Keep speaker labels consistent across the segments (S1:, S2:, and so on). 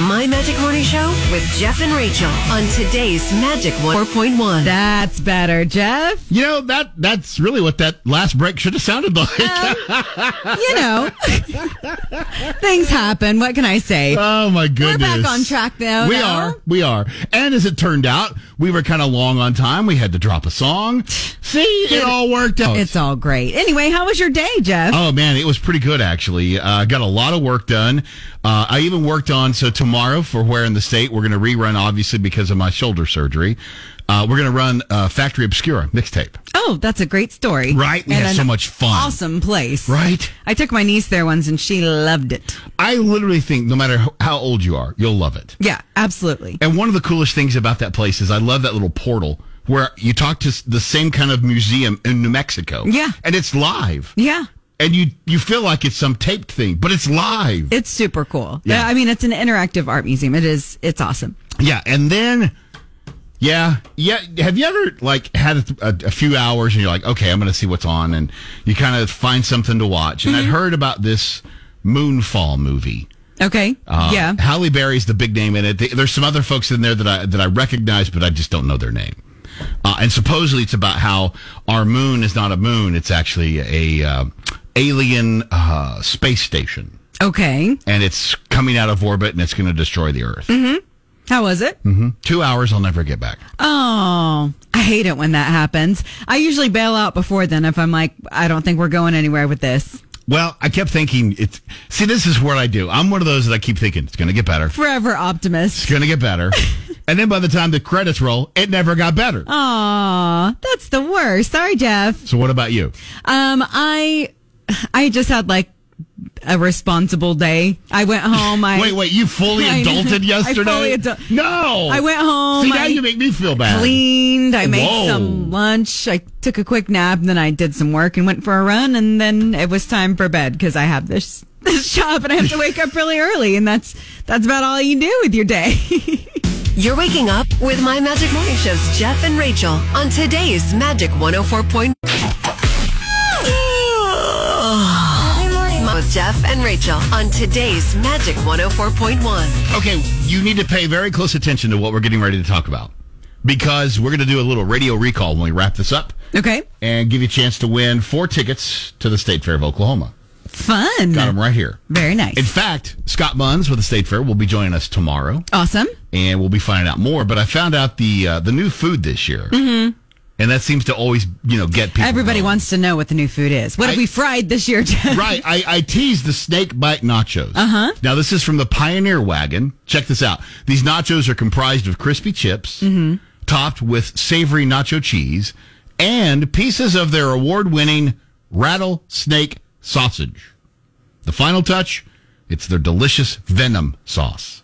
S1: My Magic Morning Show with Jeff and Rachel on today's Magic 4.1.
S2: That's better, Jeff.
S3: You know that that's really what that last break should have sounded like.
S2: You know, things happen. What can I say?
S3: oh my goodness!
S2: back on track, though,
S3: We
S2: no?
S3: are, we are. And as it turned out, we were kind of long on time. We had to drop a song. See, it all worked out.
S2: It's all great. Anyway, how was your day, Jeff?
S3: Oh man, it was pretty good actually. Uh, got a lot of work done. Uh, I even worked on so tomorrow for where in the state we're going to rerun obviously because of my shoulder surgery. Uh, we're going to run uh, Factory Obscura mixtape.
S2: Oh, that's a great story.
S3: Right? We
S2: And
S3: had
S2: an
S3: so much fun.
S2: Awesome place.
S3: Right?
S2: I took my niece there once, and she loved it.
S3: I literally think no matter ho- how old you are, you'll love it.
S2: Yeah, absolutely.
S3: And one of the coolest things about that place is I love that little portal where you talk to s- the same kind of museum in New Mexico.
S2: Yeah.
S3: and it's live.
S2: Yeah.
S3: and you you feel like it's some taped thing, but it's live.
S2: It's super cool.
S3: Yeah.
S2: I mean, it's an interactive art museum. It is. It's awesome.
S3: Yeah, and then, yeah, yeah. Have you ever like had a, a, a few hours and you're like, okay, I'm going to see what's on, and you kind of find something to watch. And I'd heard about this Moonfall movie.
S2: Okay.
S3: Uh,
S2: yeah.
S3: Halle Berry's the big name in it. Th- There's some other folks in there that I that I recognize, but I just don't know their name. Uh, and supposedly it's about how our moon is not a moon; it's actually a uh, alien uh, space station,
S2: Okay.
S3: and it's coming out of orbit and it's going to destroy the Earth.
S2: How was it?
S3: Hmm. Two hours, I'll never get back.
S2: Oh, I hate it when that happens. I usually bail out before then if I'm like, I don't think we're going anywhere with this.
S3: Well, I kept thinking it's see, this is what I do. I'm one of those that I keep thinking it's gonna get better. It's
S2: Forever optimist.
S3: gonna get better. and then by the time the credits roll, it never got better.
S2: Uh. Aw, that's the worst. Sorry, Jeff.
S3: So what about you?
S2: Um, I, I just had like a responsible day. I went home. I
S3: wait, wait, you fully
S2: I-
S3: adulted
S2: I
S3: yesterday?
S2: fully adu-
S3: no.
S2: I went home,
S3: See now
S2: I
S3: you make me feel bad.
S2: cleaned. I made
S3: Whoa.
S2: some lunch. I took a quick nap, and then I did some work and went for a run, and then it was time for bed because I have this this job and I have to wake up really early, and that's that's about all you do with your day.
S1: You're waking up with My Magic Morning Show's Jeff and Rachel on today's Magic 104.1. With Jeff and Rachel on today's Magic 104.1.
S3: Okay, you need to pay very close attention to what we're getting ready to talk about. Because we're gonna do a little radio recall when we wrap this up
S2: okay,
S3: and give you a chance to win four tickets to the State Fair of Oklahoma.
S2: fun.
S3: Got them right here.
S2: Very nice.
S3: In fact, Scott Munns with the State Fair will be joining us tomorrow,
S2: awesome.
S3: and we'll be finding out more. But I found out the uh, the new food this year, mm-hmm. and that seems to always you know get people.
S2: Everybody
S3: going.
S2: wants to know what the new food is. What have
S3: I-
S2: we fried this year, Jeff?
S3: Right, I, I teased the snake bite nachos. Uh huh. Now this is from the Pioneer Wagon. Check this out. These nachos are comprised of crispy chips, topped with savory nacho cheese, and pieces of their award-winning rattlesnake sausage. The final touch, it's their delicious venom sauce.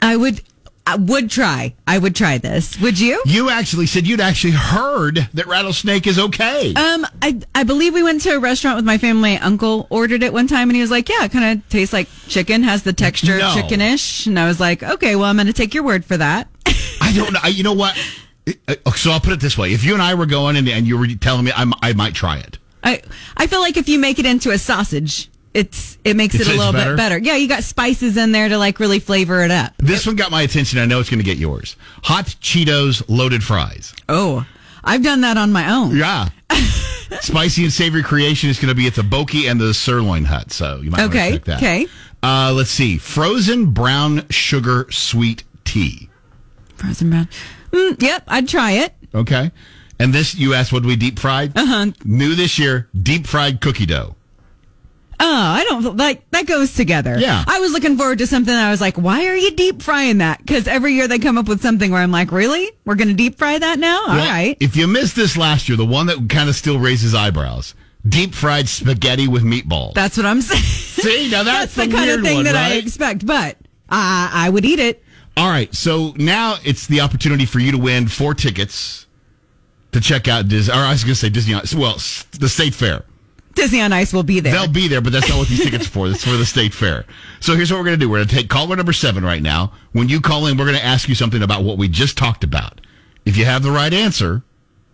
S2: I would. I would try. I would try this. Would you?
S3: You actually said you'd actually heard that rattlesnake is okay.
S2: Um, I I believe we went to a restaurant with my family. Uncle ordered it one time, and he was like, "Yeah, it kind of tastes like chicken. Has the texture
S3: No.
S2: of chickenish." And I was like, "Okay, well, I'm going to take your word for that."
S3: I don't know. I, you know what? It- uh, So I'll put it this way: If you and I were going and, and you were telling me I'm, I might try it,
S2: I I feel like if you make it into a sausage, it's it makes
S3: It
S2: it, a
S3: tastes
S2: little
S3: better?
S2: bit better. Yeah, you got spices in there to like really flavor it up.
S3: this one got my attention. I know it's going to get yours. Hot Cheetos loaded fries.
S2: Oh, I've done that on my own.
S3: Yeah. Spicy and savory creation is going to be at the Boki and the Sirloin Hut, so you might want to
S2: Okay,
S3: check that.
S2: okay.
S3: Uh, let's see: frozen brown sugar sweet tea.
S2: Frozen brown. Mm, yep, I'd try it.
S3: Okay. And this, you asked, would we deep fried? Uh
S2: Uh-huh.
S3: huh. New this year, deep fried cookie dough.
S2: Oh, I don't like that goes together.
S3: Yeah.
S2: I was looking forward to something. I was like, why are you deep frying that? Because every year they come up with something where I'm like, really? We're going to deep fry that now? All
S3: Well,
S2: right.
S3: If you missed this last year, the one that kind of still raises eyebrows deep fried spaghetti with meatballs.
S2: That's what I'm saying.
S3: See, now that's,
S2: That's the kind
S3: weird
S2: of thing
S3: one,
S2: that I
S3: right?
S2: expect, but I, I would eat it.
S3: All right, so now it's the opportunity for you to win four tickets to check out Disney. Or I was going to say Disney. on- Well, s- the State Fair.
S2: Disney on Ice will be there.
S3: They'll be there, but that's not what these tickets are for. It's for the state fair. So here's what we're going to do. We're going to take caller number seven right now. When you call in, we're going to ask you something about what we just talked about. If you have the right answer,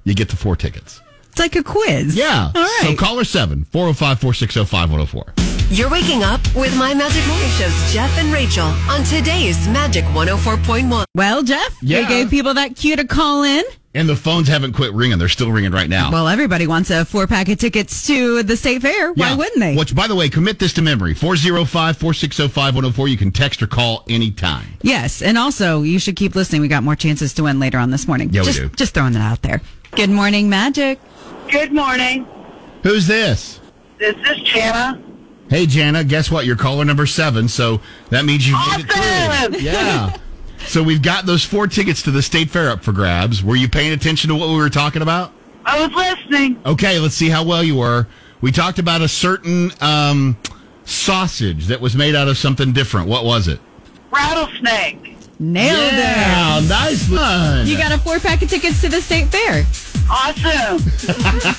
S3: you get the four tickets.
S2: it's like a quiz.
S3: Yeah.
S2: All right.
S3: oh So caller seven, 405 460 5104.
S1: You're waking up with My Magic Morning Show's Jeff and Rachel on today's Magic 104.1.
S2: Well, Jeff, we
S3: Yeah.
S2: gave people that cue to call in.
S3: And the phones haven't quit ringing. They're still ringing right now.
S2: Well, everybody wants a four pack of tickets to the state fair. Why
S3: Yeah.
S2: wouldn't they?
S3: Which, by the way, commit this to memory 405 460 5104. You can text or call anytime.
S2: Yes, and also you should keep listening. We got more chances to win later on this morning.
S3: Yeah, we
S2: just,
S3: do.
S2: Just throwing that out there. Good morning, Magic.
S4: Good morning.
S3: Who's this?
S4: This is Jana.
S3: Hey, Jana, guess what? You're caller number seven, so that means you made it
S4: Awesome!
S3: through. Yeah. so we've got those four tickets to the state fair up for grabs. Were you paying attention to what we were talking about?
S4: I was listening.
S3: Okay, let's see how well you were. We talked about a certain um, sausage that was made out of something different. What was it?
S4: Rattlesnake.
S2: Nailed it.
S3: yeah, nice one.
S2: You got a four pack of tickets to the state fair.
S4: Awesome.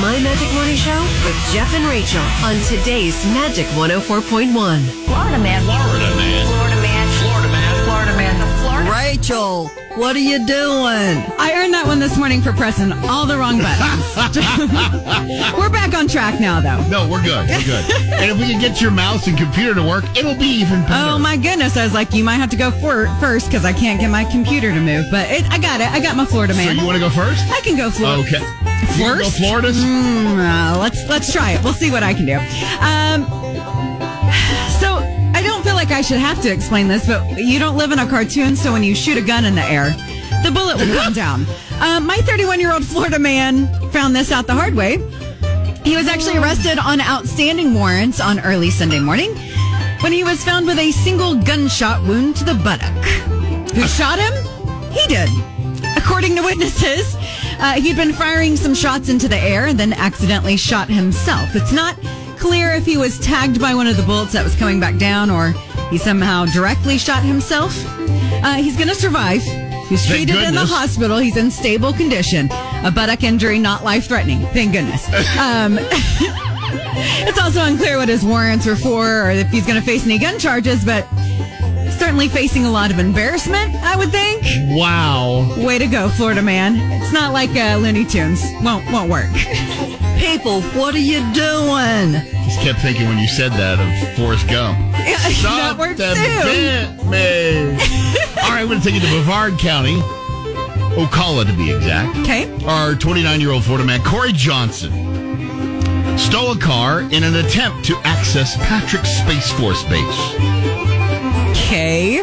S1: My Magic Morning Show with Jeff and Rachel on today's Magic 104.1.
S5: Florida man. Florida man. Florida man. Florida man. Florida man. Florida.
S6: Rachel, what are you doing?
S2: I earned that one this morning for pressing all the wrong buttons. We're back on track now, though.
S3: No, we're good. We're good. and if we can get your mouse and computer to work, it'll be even better.
S2: Oh my goodness! I was like, you might have to go for first because I can't get my computer to move. But it, I got it. I got my Florida
S3: So
S2: man.
S3: you want to go first?
S2: I can go Florida.
S3: Okay. You wanna Go
S2: First?
S3: Florida's.
S2: Mm, uh, let's let's try it. We'll see what I can do. Um, so I don't feel like I should have to explain this, but you don't live in a cartoon, so when you shoot a gun in the air, the bullet will come down. Uh, my 31 year old Florida man found this out the hard way. He was actually arrested on outstanding warrants on early Sunday morning when he was found with a single gunshot wound to the buttock. Who shot him? He did. According to witnesses, uh, he'd been firing some shots into the air and then accidentally shot himself. It's not clear if he was tagged by one of the bullets that was coming back down or he somehow directly shot himself. Uh, he's going to survive. He's
S3: Thank
S2: treated in the
S3: goodness.
S2: hospital hospital. He's in stable condition. A buttock injury not life threatening. Thank goodness. Um, it's also unclear what his warrants were for or if he's going to face any gun charges, but certainly facing a lot of embarrassment, I would think.
S3: Wow.
S2: Way to go, Florida man. It's not like uh, Looney Tunes. Won't won't work.
S6: People, what are you doing?
S3: Just kept thinking when you said that of Forrest Gump.
S2: that works
S3: Something
S2: too.
S3: bit me. All right, we're going to take you to Brevard County, Ocala to be exact.
S2: Okay.
S3: Our 29 year old Florida man, Corey Johnson, stole a car in an attempt to access Patrick Space Force Base.
S2: Okay.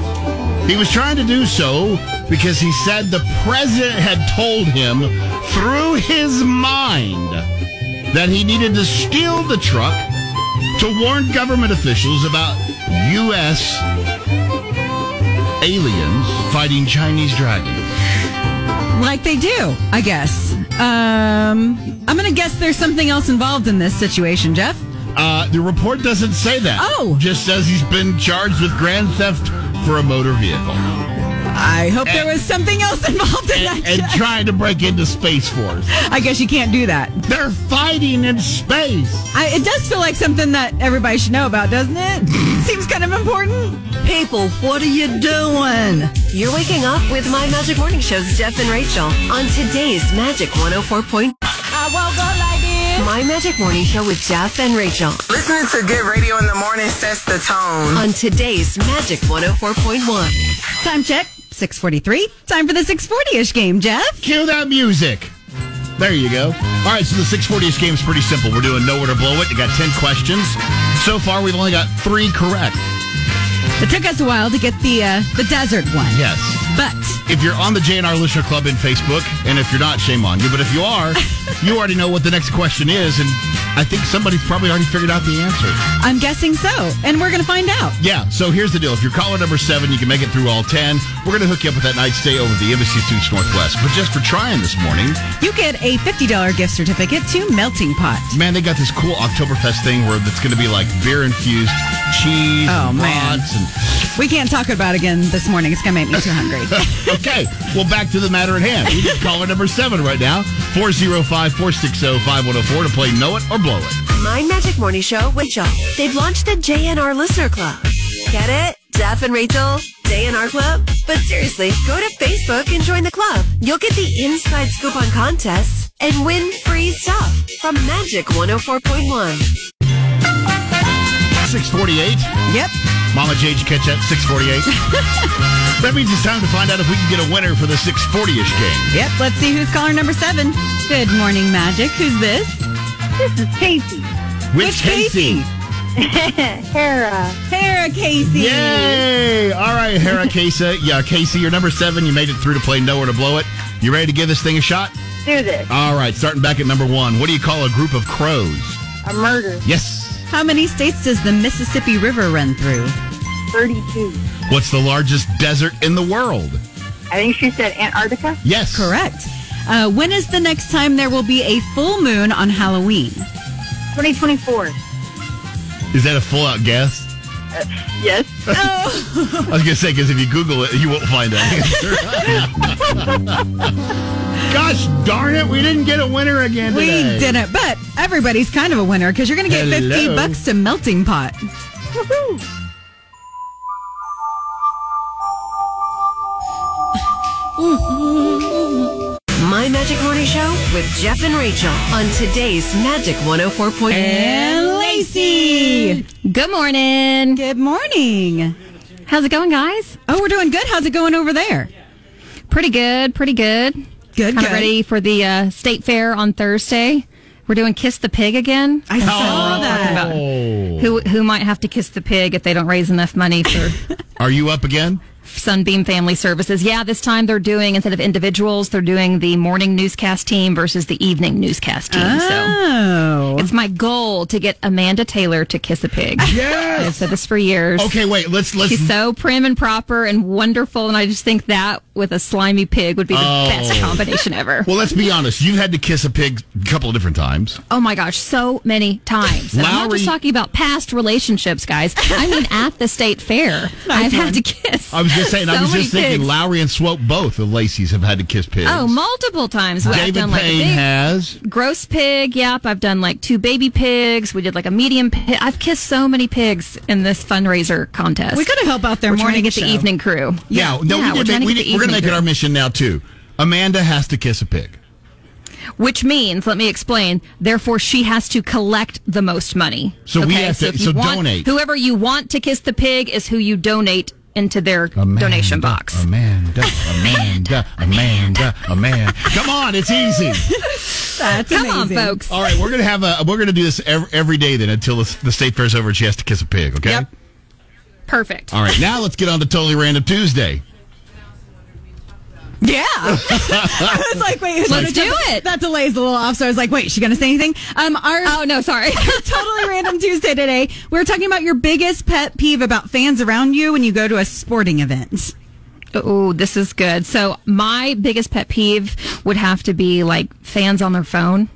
S3: He was trying to do so because he said the president had told him through his mind that he needed to steal the truck to warn government officials about U.S. aliens fighting Chinese dragons.
S2: Like they do, I guess. Um, I'm going to guess there's something else involved in this situation, Jeff.
S3: Uh, the report doesn't say that.
S2: Oh.
S3: Just says he's been charged with grand theft for a motor vehicle
S2: I hope there
S3: And-
S2: was something else involved in that.
S3: and, and trying to break into Space Force.
S2: I guess you can't do that.
S3: They're fighting in space.
S2: I, it does feel like something that everybody should know about, doesn't it? Seems kind of important.
S6: People, what are you doing?
S1: You're waking up with My Magic Morning Show's Jeff and Rachel on today's Magic 104.1.
S2: I woke up like this.
S1: My Magic Morning Show with Jeff and Rachel
S7: Listening to good radio in the morning sets the tone.
S1: on today's Magic 104.1.
S2: Time check, 643. Time for the 640-ish game, Jeff.
S3: Cue that music. There you go. All right, so the 640th game is pretty simple. We're doing nowhere to blow it. You got 10 questions. So far, we've only got three correct.
S2: It took us a while to get the uh, the desert one.
S3: Yes.
S2: But
S3: If you're on the JNR Listener Club in Facebook, and if you're not, shame on you. But if you are, you already know what the next question is, and I think somebody's probably already figured out the answer.
S2: I'm guessing so. And we're going to find out.
S3: Yeah, so here's the deal. If you're caller number seven, you can make it through all 10. We're going to hook you up with that night stay over at the Embassy Suites Northwest. But just for trying this morning,
S2: You get a $50 gift certificate to Melting Pot.
S3: Man, they got this cool Oktoberfest thing where it's going to be like beer infused cheese
S2: Oh,
S3: and
S2: man.
S3: brats and
S2: We can't talk about it again this morning. It's going to make me too hungry.
S3: okay. Well, back to the matter at hand. We need caller number seven right now 405 460 5104 to play Know It or Blow It.
S1: My Magic Morning Show with Jeff. They've launched the JNR Listener Club. Get it? Jeff and Rachel, JNR Club? But seriously, go to Facebook and join the club. You'll get the inside scoop on contests, and win free stuff from Magic 104.1.
S3: 648.
S2: Yep.
S3: Mama J, did you catch that? 648. that means it's time to find out if we can get a winner for the 640-ish game.
S2: Yep. Let's see who's caller number seven. Good morning, Magic. Who's this?
S8: This is Casey.
S2: Which Casey?
S8: Hera.
S2: Tara Casey.
S3: Yay! All right, Hera Casey. Yeah, Casey, you're number seven. You made it through to play Nowhere to Blow It. You ready to give this thing a shot?
S8: Do this.
S3: All right, starting back at number one. What do you call a group of crows?
S8: A murder.
S3: Yes.
S2: How many states does the Mississippi River run through?
S8: 32.
S3: What's the largest desert in the world?
S8: I think she said Antarctica.
S3: Yes.
S2: Correct. Uh, when is the next time there will be a full moon on Halloween?
S8: 2024.
S3: Is that a full-out guess?
S8: Yes.
S3: I was gonna say because if you Google it, you won't find that answer. Gosh darn it! We didn't get a winner again.
S2: We
S3: today.
S2: didn't, but everybody's kind of a winner because you're going to get
S3: Hello.
S2: 50 bucks to Melting Pot.
S1: My Magic Morning Show with Jeff and Rachel on today's Magic 104.1.
S2: Lacey.
S9: Good morning.
S2: Good morning.
S9: How's it going, guys?
S2: Oh, we're doing good. How's it going over there?
S9: Pretty good. Pretty good.
S2: Good,
S9: Kind
S2: good.
S9: of ready for the uh, state fair on Thursday. We're doing Kiss the Pig again.
S2: I saw that.
S9: Who who might have to kiss the pig if they don't raise enough money for
S3: Are you up again?
S9: Sunbeam Family Services? Yeah, this time they're doing instead of individuals, they're doing the morning newscast team versus the evening newscast team. So
S2: Oh.
S9: it's my goal to get Amanda Taylor to kiss a pig. I've
S3: Yes.
S9: said this for years.
S3: Okay, wait. Let's let's.
S9: She's so prim and proper and wonderful, and I just think that with a slimy pig would be the
S3: Oh.
S9: best combination ever.
S3: well, let's be honest. You've had to kiss a pig a couple of different times.
S9: Oh my gosh, so many times. And I'm not
S3: Lowry-
S9: just talking about past relationships, guys. I mean, at the state fair, I've had to kiss.
S3: I was just saying. I
S9: so
S3: was
S9: many
S3: just thinking.
S9: pigs.
S3: Lowry and Swope, both the Lacey's have had to kiss pigs.
S9: Oh, multiple times. I've
S3: David
S9: done
S3: Payne
S9: like a big
S3: has.
S9: gross pig. Yep, I've done like two baby pigs. We did like a medium pig. I've kissed so many pigs in this fundraiser contest.
S2: We gotta help out their
S9: We're trying to
S2: morning
S9: get
S2: show.
S9: the evening crew.
S3: Yeah. No,
S9: Yeah,
S3: we
S9: we're
S3: did. Make,
S9: trying to
S3: we
S9: get
S3: did
S9: the
S3: we're gonna
S9: evening
S3: make it our
S9: group.
S3: mission now too. Amanda has to kiss a pig.
S9: Which means, let me explain. Therefore, she has to collect the most money.
S3: So we have to-
S9: if you
S3: so
S9: want-
S3: donate.
S9: Whoever you want to kiss the pig is who you donate into their
S3: Amanda,
S9: donation box.
S3: Amanda, Amanda, Amanda, Amanda. Come on, it's easy.
S2: That's
S9: Come on,
S2: amazing.
S9: folks.
S3: All right, we're gonna have a we're gonna do this every, every day then until the, the state fair's over. and She has to kiss a pig. Okay.
S9: Yep. Perfect.
S3: All right, now let's get on to totally random Tuesday.
S2: Yeah. I was like, wait, who's
S9: Let's
S2: gonna-
S9: do it.
S2: That delays a little off. So I was like, wait, is she going to say anything? Um, our
S9: Oh, no, sorry.
S2: totally random Tuesday today. We were talking about your biggest pet peeve about fans around you when you go to a sporting event.
S9: Oh, this is good. So, my biggest pet peeve would have to be like fans on their phone.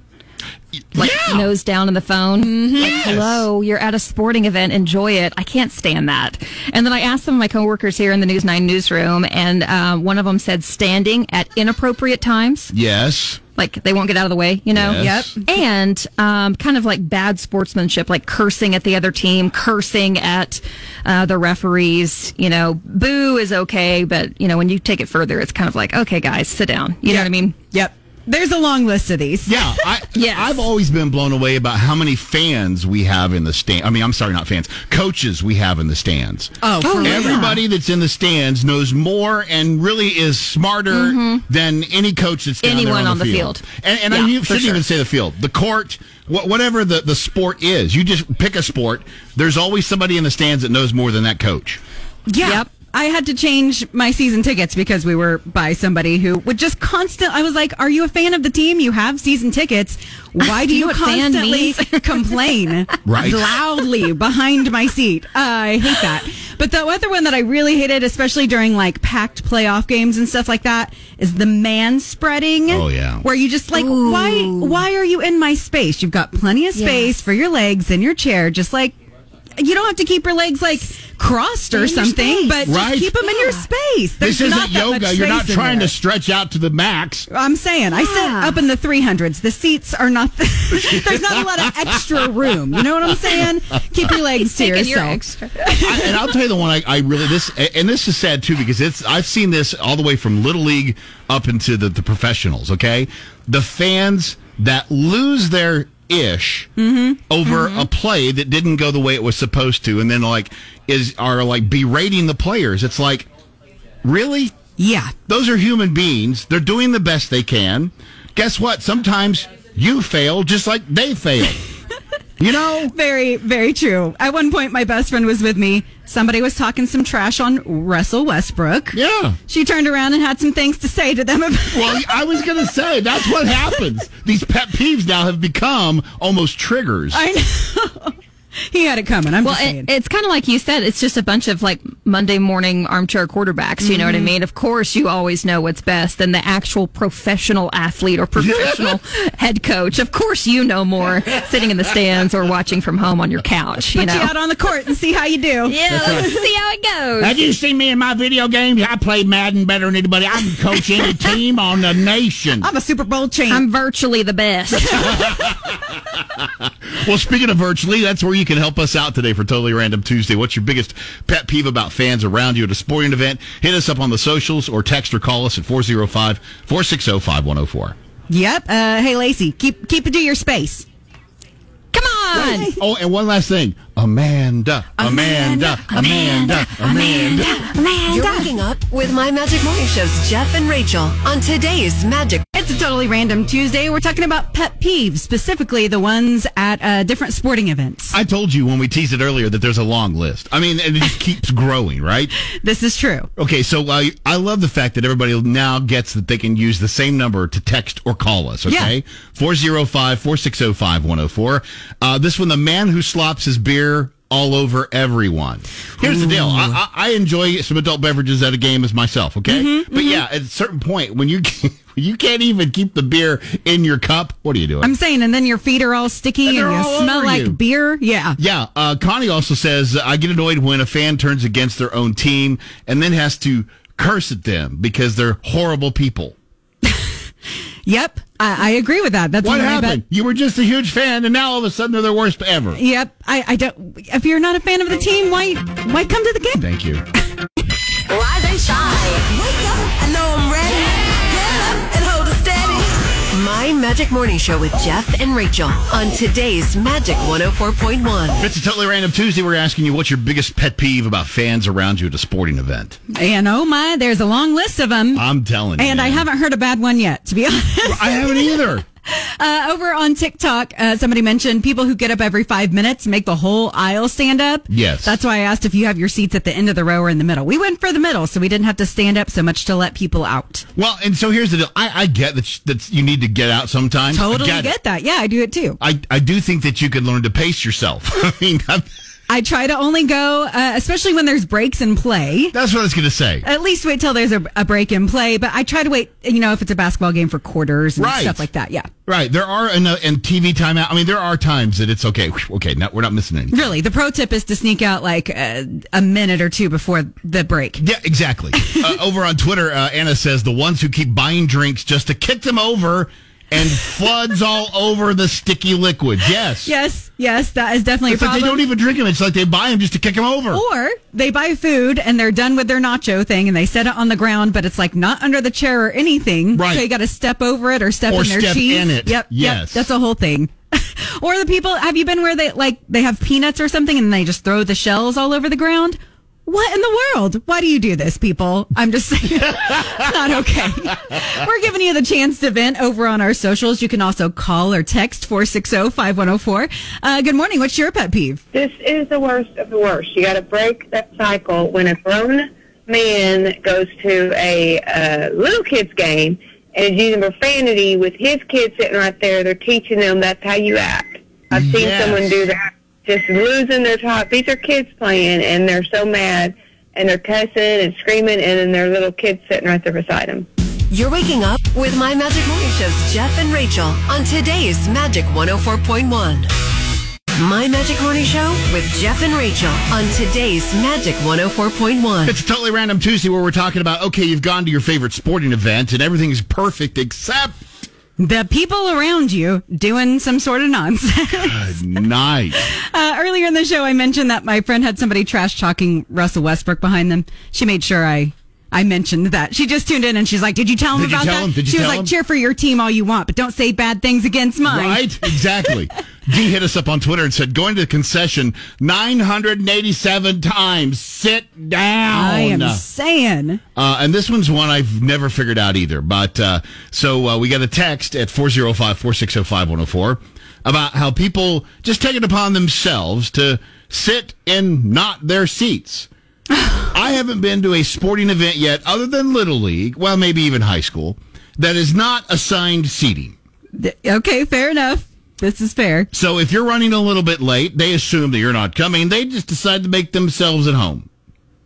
S9: Like
S3: Yeah.
S9: nose down on the phone. Like, hello, you're at a sporting event. Enjoy it. I can't stand that. And then I asked some of my coworkers here in the News 9 newsroom, and uh, one of them said standing at inappropriate times.
S3: Yes.
S9: Like they won't get out of the way, you know?
S3: Yes.
S9: Yep. And um, kind of like bad sportsmanship, like cursing at the other team, cursing at uh, the referees. You know, boo is okay, but, you know, when you take it further, it's kind of like, okay, guys, sit down. You know what I mean?
S2: Yep. There's a long list of these.
S3: Yeah. I,
S9: Yes.
S3: I've always been blown away about how many fans we have in the stand. I mean, I'm sorry, not fans. Coaches we have in the stands.
S2: Oh, for real.
S3: Everybody that's in the stands knows more and really is smarter
S2: Mm-hmm.
S3: than any coach that's down there
S9: Anyone on the field.
S3: And, and I
S9: Yeah,
S3: knew-
S9: for
S3: shouldn't
S9: sure.
S3: even say the field, the court, wh- whatever the, the sport is. You just pick a sport. There's always somebody in the stands that knows more than that coach.
S2: Yeah.
S9: Yep.
S2: I had to change my season tickets because we were by somebody who would just constant. I was like, "Are you a fan of the team? You have season tickets. Why do
S9: You
S2: you,
S9: know what fan
S2: constantly complain
S3: Right.
S2: loudly behind my seat?" Uh, I hate that. But the other one that I really hated, especially during like packed playoff games and stuff like that, is the man spreading.
S3: Oh, yeah.
S2: where you just like, why? Why are you in my space? You've got plenty of space for your legs and your chair. Just like you don't have to keep your legs like crossed or something, but
S3: Right.
S2: just keep them in your space. There's
S3: this
S2: not
S3: isn't
S2: that
S3: yoga.
S2: Much
S3: You're not
S2: space in
S3: trying to
S2: there.
S3: stretch out to the max.
S2: I'm saying I sit
S9: Yeah.
S2: up in the 300s. The seats are not. there's not a lot of extra room. You know what I'm saying? Keep your legs to
S9: Taking your
S2: yourself.
S9: extra.
S3: I, and I'll tell you the one I, I really this and this is sad too because it's I've seen this all the way from little league up into the, the professionals. Okay, the fans that lose their ish over a play that didn't go the way it was supposed to, and then like is are like berating the players. It's like really
S2: Yeah.
S3: those are human beings. They're doing the best they can. Guess what? Sometimes you fail just like they fail. you know.
S2: Very, very true. At one point, my best friend was with me. Somebody was talking some trash on Russell Westbrook.
S3: Yeah.
S2: She turned around and had some things to say to them about.
S3: Well, I was going to say that's what happens. These pet peeves now have become almost triggers.
S2: I know. he had it coming. I'm
S9: Well,
S2: just saying.
S9: it, it's kind of like you said. It's just a bunch of like Monday morning armchair quarterbacks. You
S2: Mm-hmm.
S9: know what I mean? Of course, you always know what's best than the actual professional athlete or professional head coach. Of course, you know more sitting in the stands or watching from home on your couch.
S2: Put
S9: you know.
S2: you out on the court and see how you do.
S9: yeah, let's see how it goes.
S3: Have you seen me in my video games? I play Madden better than anybody. I can coach any team on the nation.
S2: I'm a Super Bowl champ.
S9: I'm virtually the best.
S3: Well, speaking of virtually, that's where you can help us out today for Totally Random Tuesday. What's your biggest pet peeve about fans around you at a sporting event? Hit us up on the socials or text or call us at 405 460 5104.
S2: yep. Uh, hey, Lacey, keep keep it to your space.
S9: Come on.
S3: Oh, and one last thing Amanda, Amanda, Amanda, Amanda.
S1: You're waking up with My Magic Morning Show's Jeff and Rachel on today's Magic.
S2: It's a totally random Tuesday. We're talking about pet peeves, specifically the ones at uh, different sporting events.
S3: I told you when we teased it earlier that there's a long list. I mean, and it just keeps growing, right?
S2: This is true.
S3: Okay, so uh, I love the fact that everybody now gets that they can use the same number to text or call us, okay? 405 460 5104. Uh, This one, the man who slops his beer all over everyone. Here's the deal I, I, I enjoy some adult beverages at a game as myself, okay? but yeah, at a certain point, when you. You can't even keep the beer in your cup. What are you doing?
S2: I'm saying, and then your feet are all sticky
S3: And
S2: and,
S3: they're all
S2: you smell
S3: over
S2: like
S3: you.
S2: beer. Yeah.
S3: Yeah, uh, Connie also says I get annoyed when a fan turns against their own team and then has to curse at them because they're horrible people.
S2: Yep. I, I agree with that. That's
S3: What
S2: one of my
S3: happened? You were just a huge fan, and now all of a sudden they're the worst ever.
S2: bet- Yep. I, I don't. If you're not a fan of the team, why why come to the game?
S3: Thank you.
S6: Rise and shine. Wake up. I know I'm ready. Get up and hold it steady.
S1: My Magic Morning Show with Jeff and Rachel on today's Magic 104.1.
S3: It's a totally random Tuesday. We're asking you what's your biggest pet peeve about fans around you at a sporting event.
S2: And oh my, there's a long list of them.
S3: I'm telling you.
S2: and I
S3: man.
S2: haven't heard a bad one yet, to be honest.
S3: I haven't either.
S2: Uh, over on TikTok, uh, somebody mentioned people who get up every five minutes make the whole aisle stand up.
S3: Yes.
S2: That's why I asked if you have your seats at the end of the row or in the middle. We went for the middle, so we didn't have to stand up so much to let people out.
S3: Well, and so here's the deal. I, I get that, sh- that you need to get out sometimes. I
S2: Totally
S3: get
S2: get,
S3: it.
S2: that. Yeah, I do it too.
S3: I, I do think that you can learn to pace yourself. I mean, I'm-
S2: I try to only go, uh, especially when there's breaks in play.
S3: that's what I was going to say.
S2: At least wait till there's a, a break in play, but I try to wait, you know, if it's a basketball game for quarters and
S3: Right.
S2: stuff like that. Yeah.
S3: Right. There are and, uh, and TV timeout. I mean, there are times that it's okay. Whew, Okay, no, we're not missing anything.
S2: Really, the pro tip is to sneak out like uh, a minute or two before the break.
S3: Yeah, exactly. uh, over on Twitter, uh, Anna says the ones who keep buying drinks just to kick them over and floods all over the sticky liquids. Yes.
S2: Yes, yes, that is definitely
S3: It's
S2: a
S3: like they
S2: problem.
S3: don't even drink them. It's like they buy them just to kick them over.
S2: Or they buy food and they're done with their nacho thing and they set it on the ground, but it's like not under the chair or anything.
S3: Right.
S2: So you got to step over it or step
S3: Or
S2: in their
S3: step
S2: cheese.
S3: in it.
S2: Yep. Yep.
S3: Yes.
S2: That's a whole thing. or the people, have you been where they like they have peanuts or something and they just throw the shells all over the ground? What in the world? Why do you do this, people? I'm just saying, it's not okay. We're giving you the chance to vent over on our socials. You can also call or text 460 5104. Uh, Good morning. What's your pet peeve?
S4: This is the worst of the worst. You got to break that cycle when a grown man goes to a uh, little kids game and is using profanity with his kids sitting right there. They're teaching them that's how you act. I've seen
S3: Yes.
S4: someone do that, just losing their top. These are kids playing, and they're so mad, and they're cussing and screaming, and then their little kids sitting right there beside them.
S1: You're waking up with My oh Magic Morning Show's Jeff and Rachel on today's Magic 104.1. My Magic Morning Show with Jeff and Rachel on today's Magic 104.1.
S3: It's a totally random Tuesday where we're talking about okay, you've gone to your favorite sporting event and everything's perfect except
S2: The people around you doing some sort of nonsense.
S3: night.
S2: Uh, earlier in the show, I mentioned that my friend had somebody trash talking Russell Westbrook behind them. She made sure I. I mentioned that. She just tuned in and she's like, Did you tell him
S3: Did you
S2: about
S3: tell
S2: that?
S3: him? Did you
S2: she was
S3: tell
S2: like,
S3: him?
S2: Cheer for your team all you want, but don't say bad things against mine.
S3: Right? Exactly. Dee hit us up on Twitter and said, going to the concession 987 times. Sit down.
S2: I am saying.
S3: Uh, and this one's one I've never figured out either. But uh, so uh, we got a text at 405 460 5104 about how people just take it upon themselves to sit in not their seats. I haven't been to a sporting event yet, other than Little League, well, maybe even high school, that is not assigned seating.
S2: Th- Okay, fair enough. This is fair.
S3: So if you're running a little bit late, they assume that you're not coming. They just decide to make themselves at home.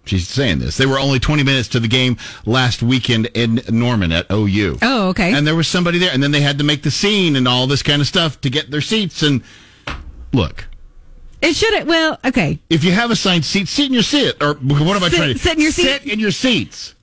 S3: She's saying this. They were only 20 minutes to the game last weekend in Norman at OU.
S2: Oh, okay.
S3: And there was somebody there, and then they had to make the scene and all this kind of stuff to get their seats. And look,
S2: It should. Well, okay.
S3: if you have assigned seats, sit in your seat. Or what am I
S2: Sit-
S3: trying to
S2: sit in your seat.
S3: Sit in your seats.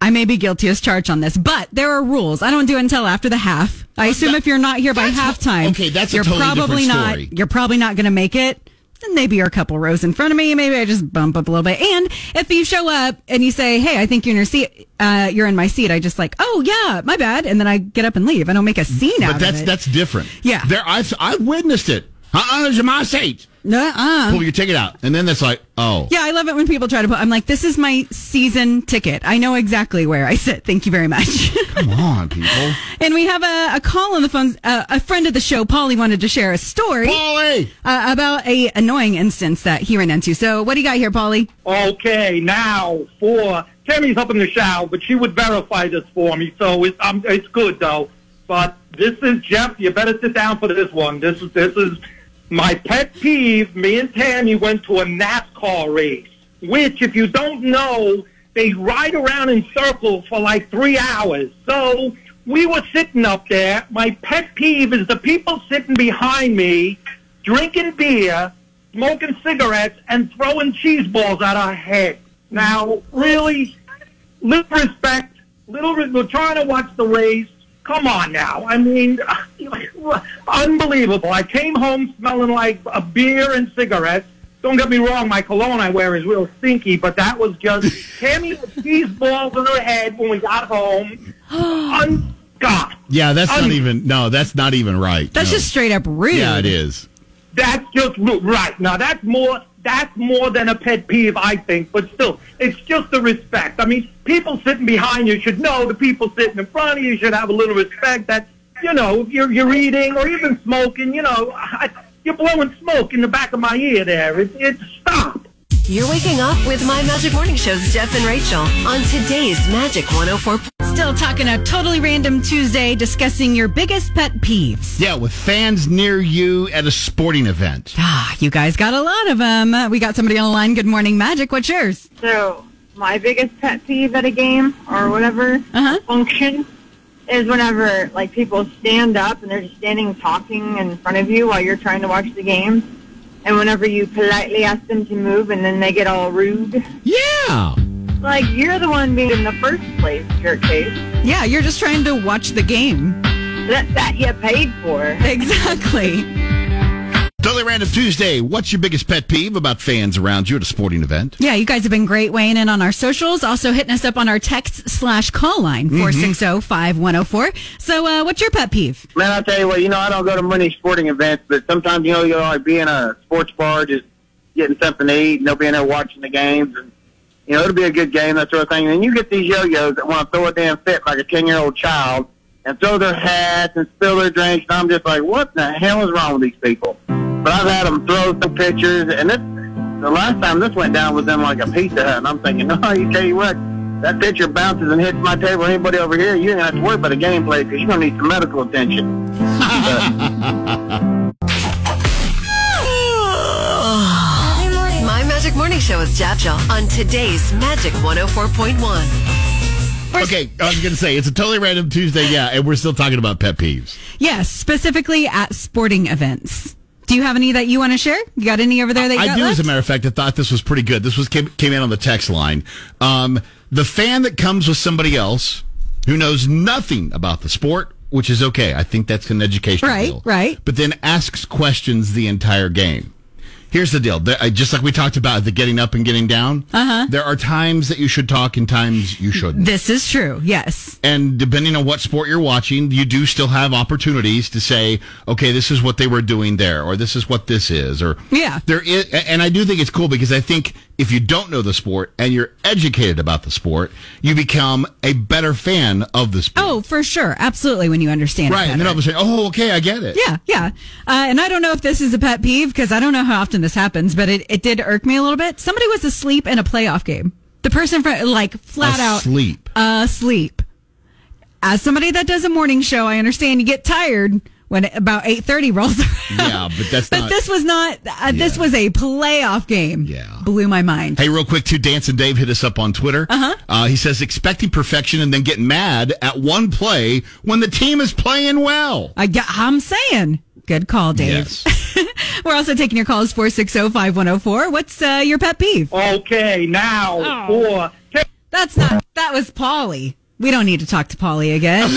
S2: I may be guilty as charged on this, but there are rules. I don't do it until after the half. I assume if you're not here by halftime,
S3: okay, that's a
S2: you're
S3: totally different
S2: probably
S3: story.
S2: not. You're probably not going to make it. Then Maybe you're a couple rows in front of me. Maybe I just bump up a little bit. And if you show up and you say, "Hey, I think you're in your seat," uh, you're in my seat. I just like, "Oh yeah, my bad," and then I get up and leave. I don't make a scene out
S3: But that's
S2: of it.
S3: that's different.
S2: Yeah.
S3: There, I've I've witnessed it. Uh-uh, those are my seats.
S2: Nuh-uh.
S3: Pull your ticket out, and then that's like, oh,
S2: Yeah, I love it when people try to put. I'm like, "This is my season ticket. I know exactly where I sit. Thank you very much."
S3: come on, people.
S2: And we have a, a call on the phone. Uh, a friend of the show, Polly, wanted to share a story
S3: Polly.
S2: uh, about a annoying instance that he ran into. So, what do you got here, Polly?
S10: Okay, now for Tammy's up in the shower, but she would verify this for me, so it's um, it's good though. But this is Jeff. You better sit down for this one. This is this is my pet peeve. Me and Tammy went to a NASCAR race, which, if you don't know, they ride around in circles for like three hours. So we were sitting up there. My pet peeve is the people sitting behind me, drinking beer, smoking cigarettes and throwing cheese balls at our head. Now, really, little respect, little. Re- we're trying to watch the race. Come on now. I mean, unbelievable. I came home smelling like a beer and cigarettes. Don't get me wrong, my cologne I wear is real stinky, but that was just Tammy with cheese balls in her head when we got home. Un- God.
S3: Yeah, that's not
S10: Un-
S3: even. No, that's not even right.
S2: That's
S3: No.
S2: just straight up rude.
S3: Oh. Yeah, it is.
S10: That's just rude. right. Now that's more that's more than a pet peeve, I think. But still, it's just the respect. I mean, people sitting behind you should know the people sitting in front of you should have a little respect. That you know, if you're you're eating or even smoking, you know, I, you're blowing smoke in the back of my ear. There, it's it's stop.
S1: You're waking up with My Magic Morning Show's Jeff and Rachel on today's Magic 104.
S2: Still talking a totally random Tuesday, discussing your biggest pet peeves.
S3: Yeah, with fans near you at a sporting event.
S2: Ah, you guys got a lot of them. We got somebody on the line. Good morning, Magic. What's yours?
S8: So my biggest pet peeve at a game or whatever
S2: Uh-huh.
S8: function is whenever like people stand up and they're just standing talking in front of you while you're trying to watch the game. And whenever you politely ask them to move and then they get all rude.
S3: Yeah.
S8: Like you're the one being in the first place, jerkface.
S2: Yeah, you're just trying to watch the game.
S8: That that you paid for.
S2: Exactly.
S3: Totally random Tuesday. What's your biggest pet peeve about fans around you at a sporting event?
S2: Yeah, you guys have been great weighing in on our socials. Also hitting us up on our text slash call line,
S3: Mm-hmm.
S2: 460-5104. So uh, what's your pet peeve?
S10: Man, I'll tell you what, you know, I don't go to many sporting events, but sometimes, you know, you'll like be in a sports bar just getting something to eat, and they'll be in there watching the games. And, you know, it'll be a good game, that sort of thing. And then you get these yo-yos that want to throw a damn fit like a 10-year-old child and throw their hats and spill their drinks. And I'm just like, what the hell is wrong with these people? But I've had them throw some pictures, and this, the last time this went down was in like a Pizza Hut, and I'm thinking, oh, you tell you what, that pitcher bounces and hits my table. Anybody over here, you ain't gonna have to worry about a game play because you're gonna need some medical attention.
S6: Every morning.
S1: My Magic Morning Show with Jeff Jill on today's Magic 104.1.
S3: Okay, I was going to say, it's a totally random Tuesday, yeah, and we're still talking about pet peeves.
S2: Yes, specifically at sporting events. Do you have any that you want to share? You got any over there that you
S3: I
S2: got
S3: do,
S2: left?
S3: as a matter of fact. I thought this was pretty good. This was came, came in on the text line. Um, the fan that comes with somebody else who knows nothing about the sport, which is okay. I think that's an educational
S2: Right,
S3: deal.
S2: right.
S3: But then asks questions the entire game. Here's the deal. There, I- just like we talked about the getting up and getting down, uh-huh. there are times that you should talk and times you shouldn't.
S2: This is true. Yes.
S3: And depending on what sport you're watching, you do still have opportunities to say, okay, this is what they were doing there, or this is what this is, or
S2: Yeah.
S3: there is, and I do think it's cool because I think if you don't know the sport and you're educated about the sport, you become a better fan of the sport.
S2: Oh, for sure. Absolutely. When you understand
S3: right.
S2: it.
S3: And then
S2: better.
S3: all of a sudden, oh, okay, I get it.
S2: Yeah, yeah. Uh, and I don't know if this is a pet peeve because I don't know how often this happens, but it, it did irk me a little bit. Somebody was asleep in a playoff game. The person, fr- like, flat out Uh,
S3: Asleep.
S2: asleep. As somebody that does a morning show, I understand you get tired when about eight thirty rolls around.
S3: Yeah, but that's
S2: But
S3: not-
S2: this was not. Uh, This
S3: Yeah.
S2: was a playoff game.
S3: Yeah.
S2: blew my mind.
S3: Hey, real quick, too, Dance and Dave hit us up on Twitter. Uh-huh. he says, expecting perfection and then getting mad at one play when the team is playing well.
S2: I get, I'm saying, good call, Dave. We're also taking your calls 460-5104. What's uh, your pet peeve?
S10: Okay, now for
S2: That's not. That was Polly. We don't need to talk to Polly again.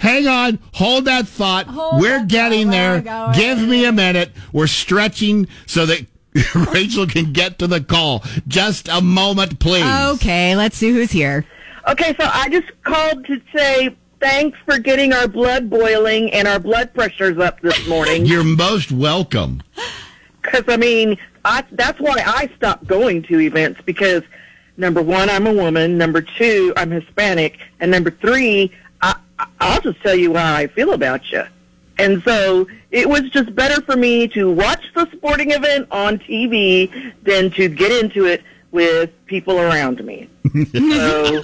S3: Hang on, hold that thought. We're getting there. Give me a minute. We're stretching so that Rachel can get to the call. Just a moment, please.
S2: okay, let's see who's here.
S4: Okay, so I just called to say thanks for getting our blood boiling and our blood pressures up this morning.
S3: You're most welcome.
S4: Because I mean, I, that's why I stopped going to events because number one, I'm a woman. Number two, I'm Hispanic, and number three, I, I- I'll just tell you how I feel about you. And so it was just better for me to watch the sporting event on TV than to get into it with people around me. so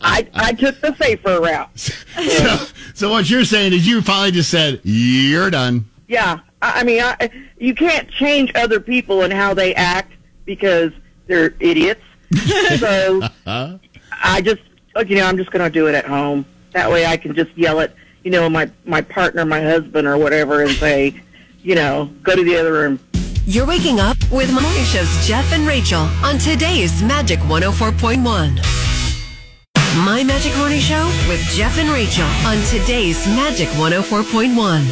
S4: I, I took the safer route.
S3: So, so what you're saying is you finally just said you're done.
S4: Yeah, I, I mean, I, you can't change other people and how they act because they're idiots. so I just, like, you know, I'm just going to do it at home. That way, I can just yell at, you know, my my partner, my husband, or whatever, and say, you know, go to the other room.
S1: You're waking up with Morning Show's Jeff and Rachel on today's Magic 104.1. My Magic Morning Show with Jeff and Rachel on today's Magic 104.1.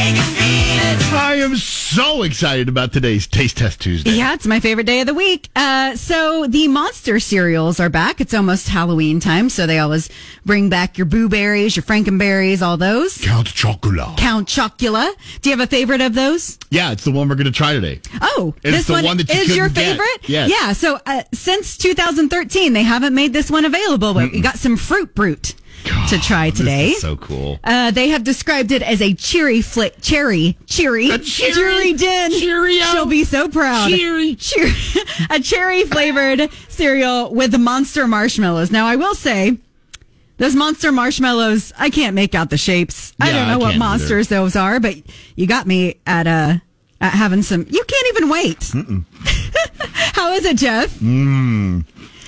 S3: I am so excited about today's Taste Test Tuesday.
S2: Yeah, it's my favorite day of the week. Uh, so the monster cereals are back. It's almost Halloween time, so they always bring back your boo berries, your frankenberries, all those.
S3: Count Chocula.
S2: Count Chocula. Do you have a favorite of those?
S3: Yeah, it's the one we're going to try today.
S2: Oh,
S3: It's
S2: this
S3: the
S2: one,
S3: one that you
S2: is your
S3: couldn't get.
S2: favorite?
S3: Yes.
S2: Yeah. So uh, since 2013, they haven't made this one available, but we got some fruit brute to try
S3: This is
S2: today.
S3: so cool.
S2: Uh, they have described it as a cheery flick, cherry, cheery,
S3: A cheery-
S2: din.
S3: Cheerio.
S2: She'll be so proud.
S3: Cheery.
S2: Cheer- a cherry flavored cereal with monster marshmallows. Now, I will say, those monster marshmallows, I can't make out the shapes. I
S3: Yeah,
S2: don't
S3: I
S2: know what
S3: can't either.
S2: monsters those are, but you got me at uh, at having some. You can't even wait. How is it, Jeff?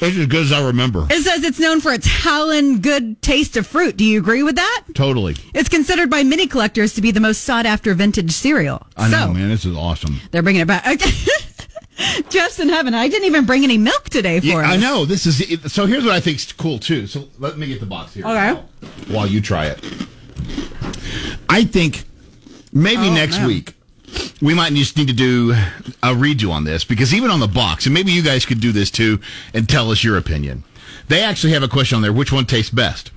S3: It's as good as I remember.
S2: It says it's known for its howlin' good taste of fruit. Do you agree with that?
S3: Totally.
S2: It's considered by many collectors to be the most sought after vintage cereal.
S3: I
S2: so,
S3: know, man. This is awesome.
S2: They're bringing it back. Okay. Jeff's in heaven. I didn't even bring any milk today for
S3: Yeah,
S2: us.
S3: I know. This is it- so. Here's what I think's cool too. So let me get the box here.
S2: Okay.
S3: While you try it, I think maybe
S2: Oh,
S3: next
S2: man.
S3: week we might just need to do a redo on this because even on the box, and maybe you guys could do this too and tell us your opinion. They actually have a question on there: which one tastes best?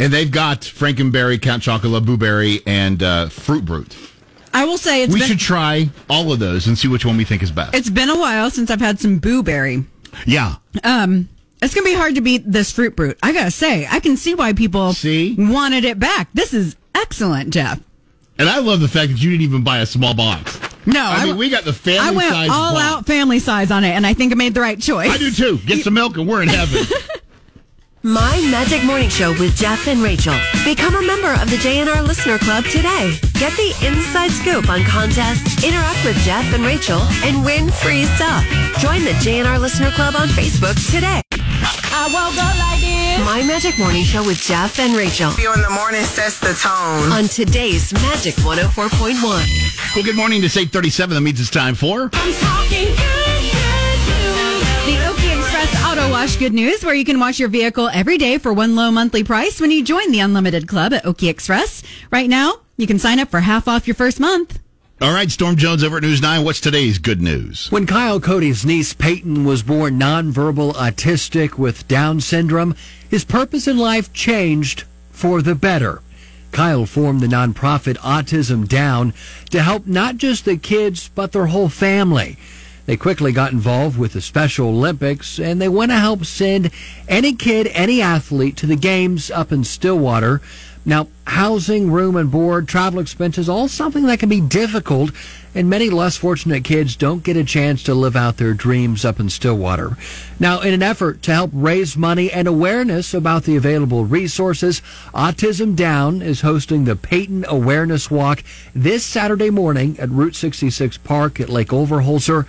S3: And they've got Frankenberry, Count Chocolate, Blueberry, and uh, Fruit Brute.
S2: I will say it's
S3: We
S2: been,
S3: should try all of those and see which one we think is best.
S2: it's been a while since I've had some booberry.
S3: yeah.
S2: Um, it's gonna be hard to beat this fruit brute. I gotta say, I can see why people
S3: See?
S2: wanted it back. This is excellent, Jeff.
S3: And I love the fact that you didn't even buy a small box.
S2: No,
S3: I, mean,
S2: w-
S3: we got the family
S2: I went
S3: size
S2: all
S3: box.
S2: out family size on it, and I think I made the right choice.
S3: I do too. Get some milk and we're in heaven.
S1: My Magic Morning Show with Jeff and Rachel. Become a member of the JNR Listener Club today. Get the inside scoop on contests, interact with Jeff and Rachel, and win free stuff. Join the JNR Listener Club on Facebook today.
S6: I woke up like this.
S1: My Magic Morning Show with Jeff and Rachel.
S7: You in the morning sets the tone.
S1: On today's Magic 104.1.
S3: Well, good morning. It's 8.37. That means it's time for...
S2: The OK Express Auto Wash Good News, where you can wash your vehicle every day for one low monthly price when you join the Unlimited Club at OK Express. Right now, you can sign up for half off your first month.
S3: All right, Storm Jones over at News 9. What's today's good news?
S11: When Kyle Cody's niece Peyton was born nonverbal autistic with Down syndrome, his purpose in life changed for the better. Kyle formed the nonprofit Autism Down to help not just the kids, but their whole family. They quickly got involved with the Special Olympics and they want to help send any kid, any athlete to the games up in Stillwater. Now, housing, room and board, travel expenses, all something that can be difficult, and many less fortunate kids don't get a chance to live out their dreams up in Stillwater. Now, in an effort to help raise money and awareness about the available resources, Autism Down is hosting the Peyton Awareness Walk this Saturday morning at Route 66 Park at Lake Overholser.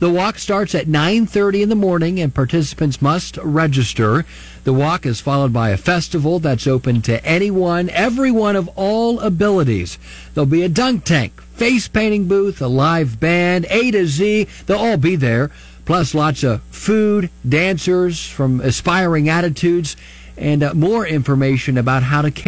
S11: The walk starts at 9:30 in the morning and participants must register. The walk is followed by a festival that's open to anyone, everyone of all abilities. There'll be a dunk tank, face painting booth, a live band, A to Z, they'll all be there, plus lots of food, dancers from aspiring attitudes and uh, more information about how to care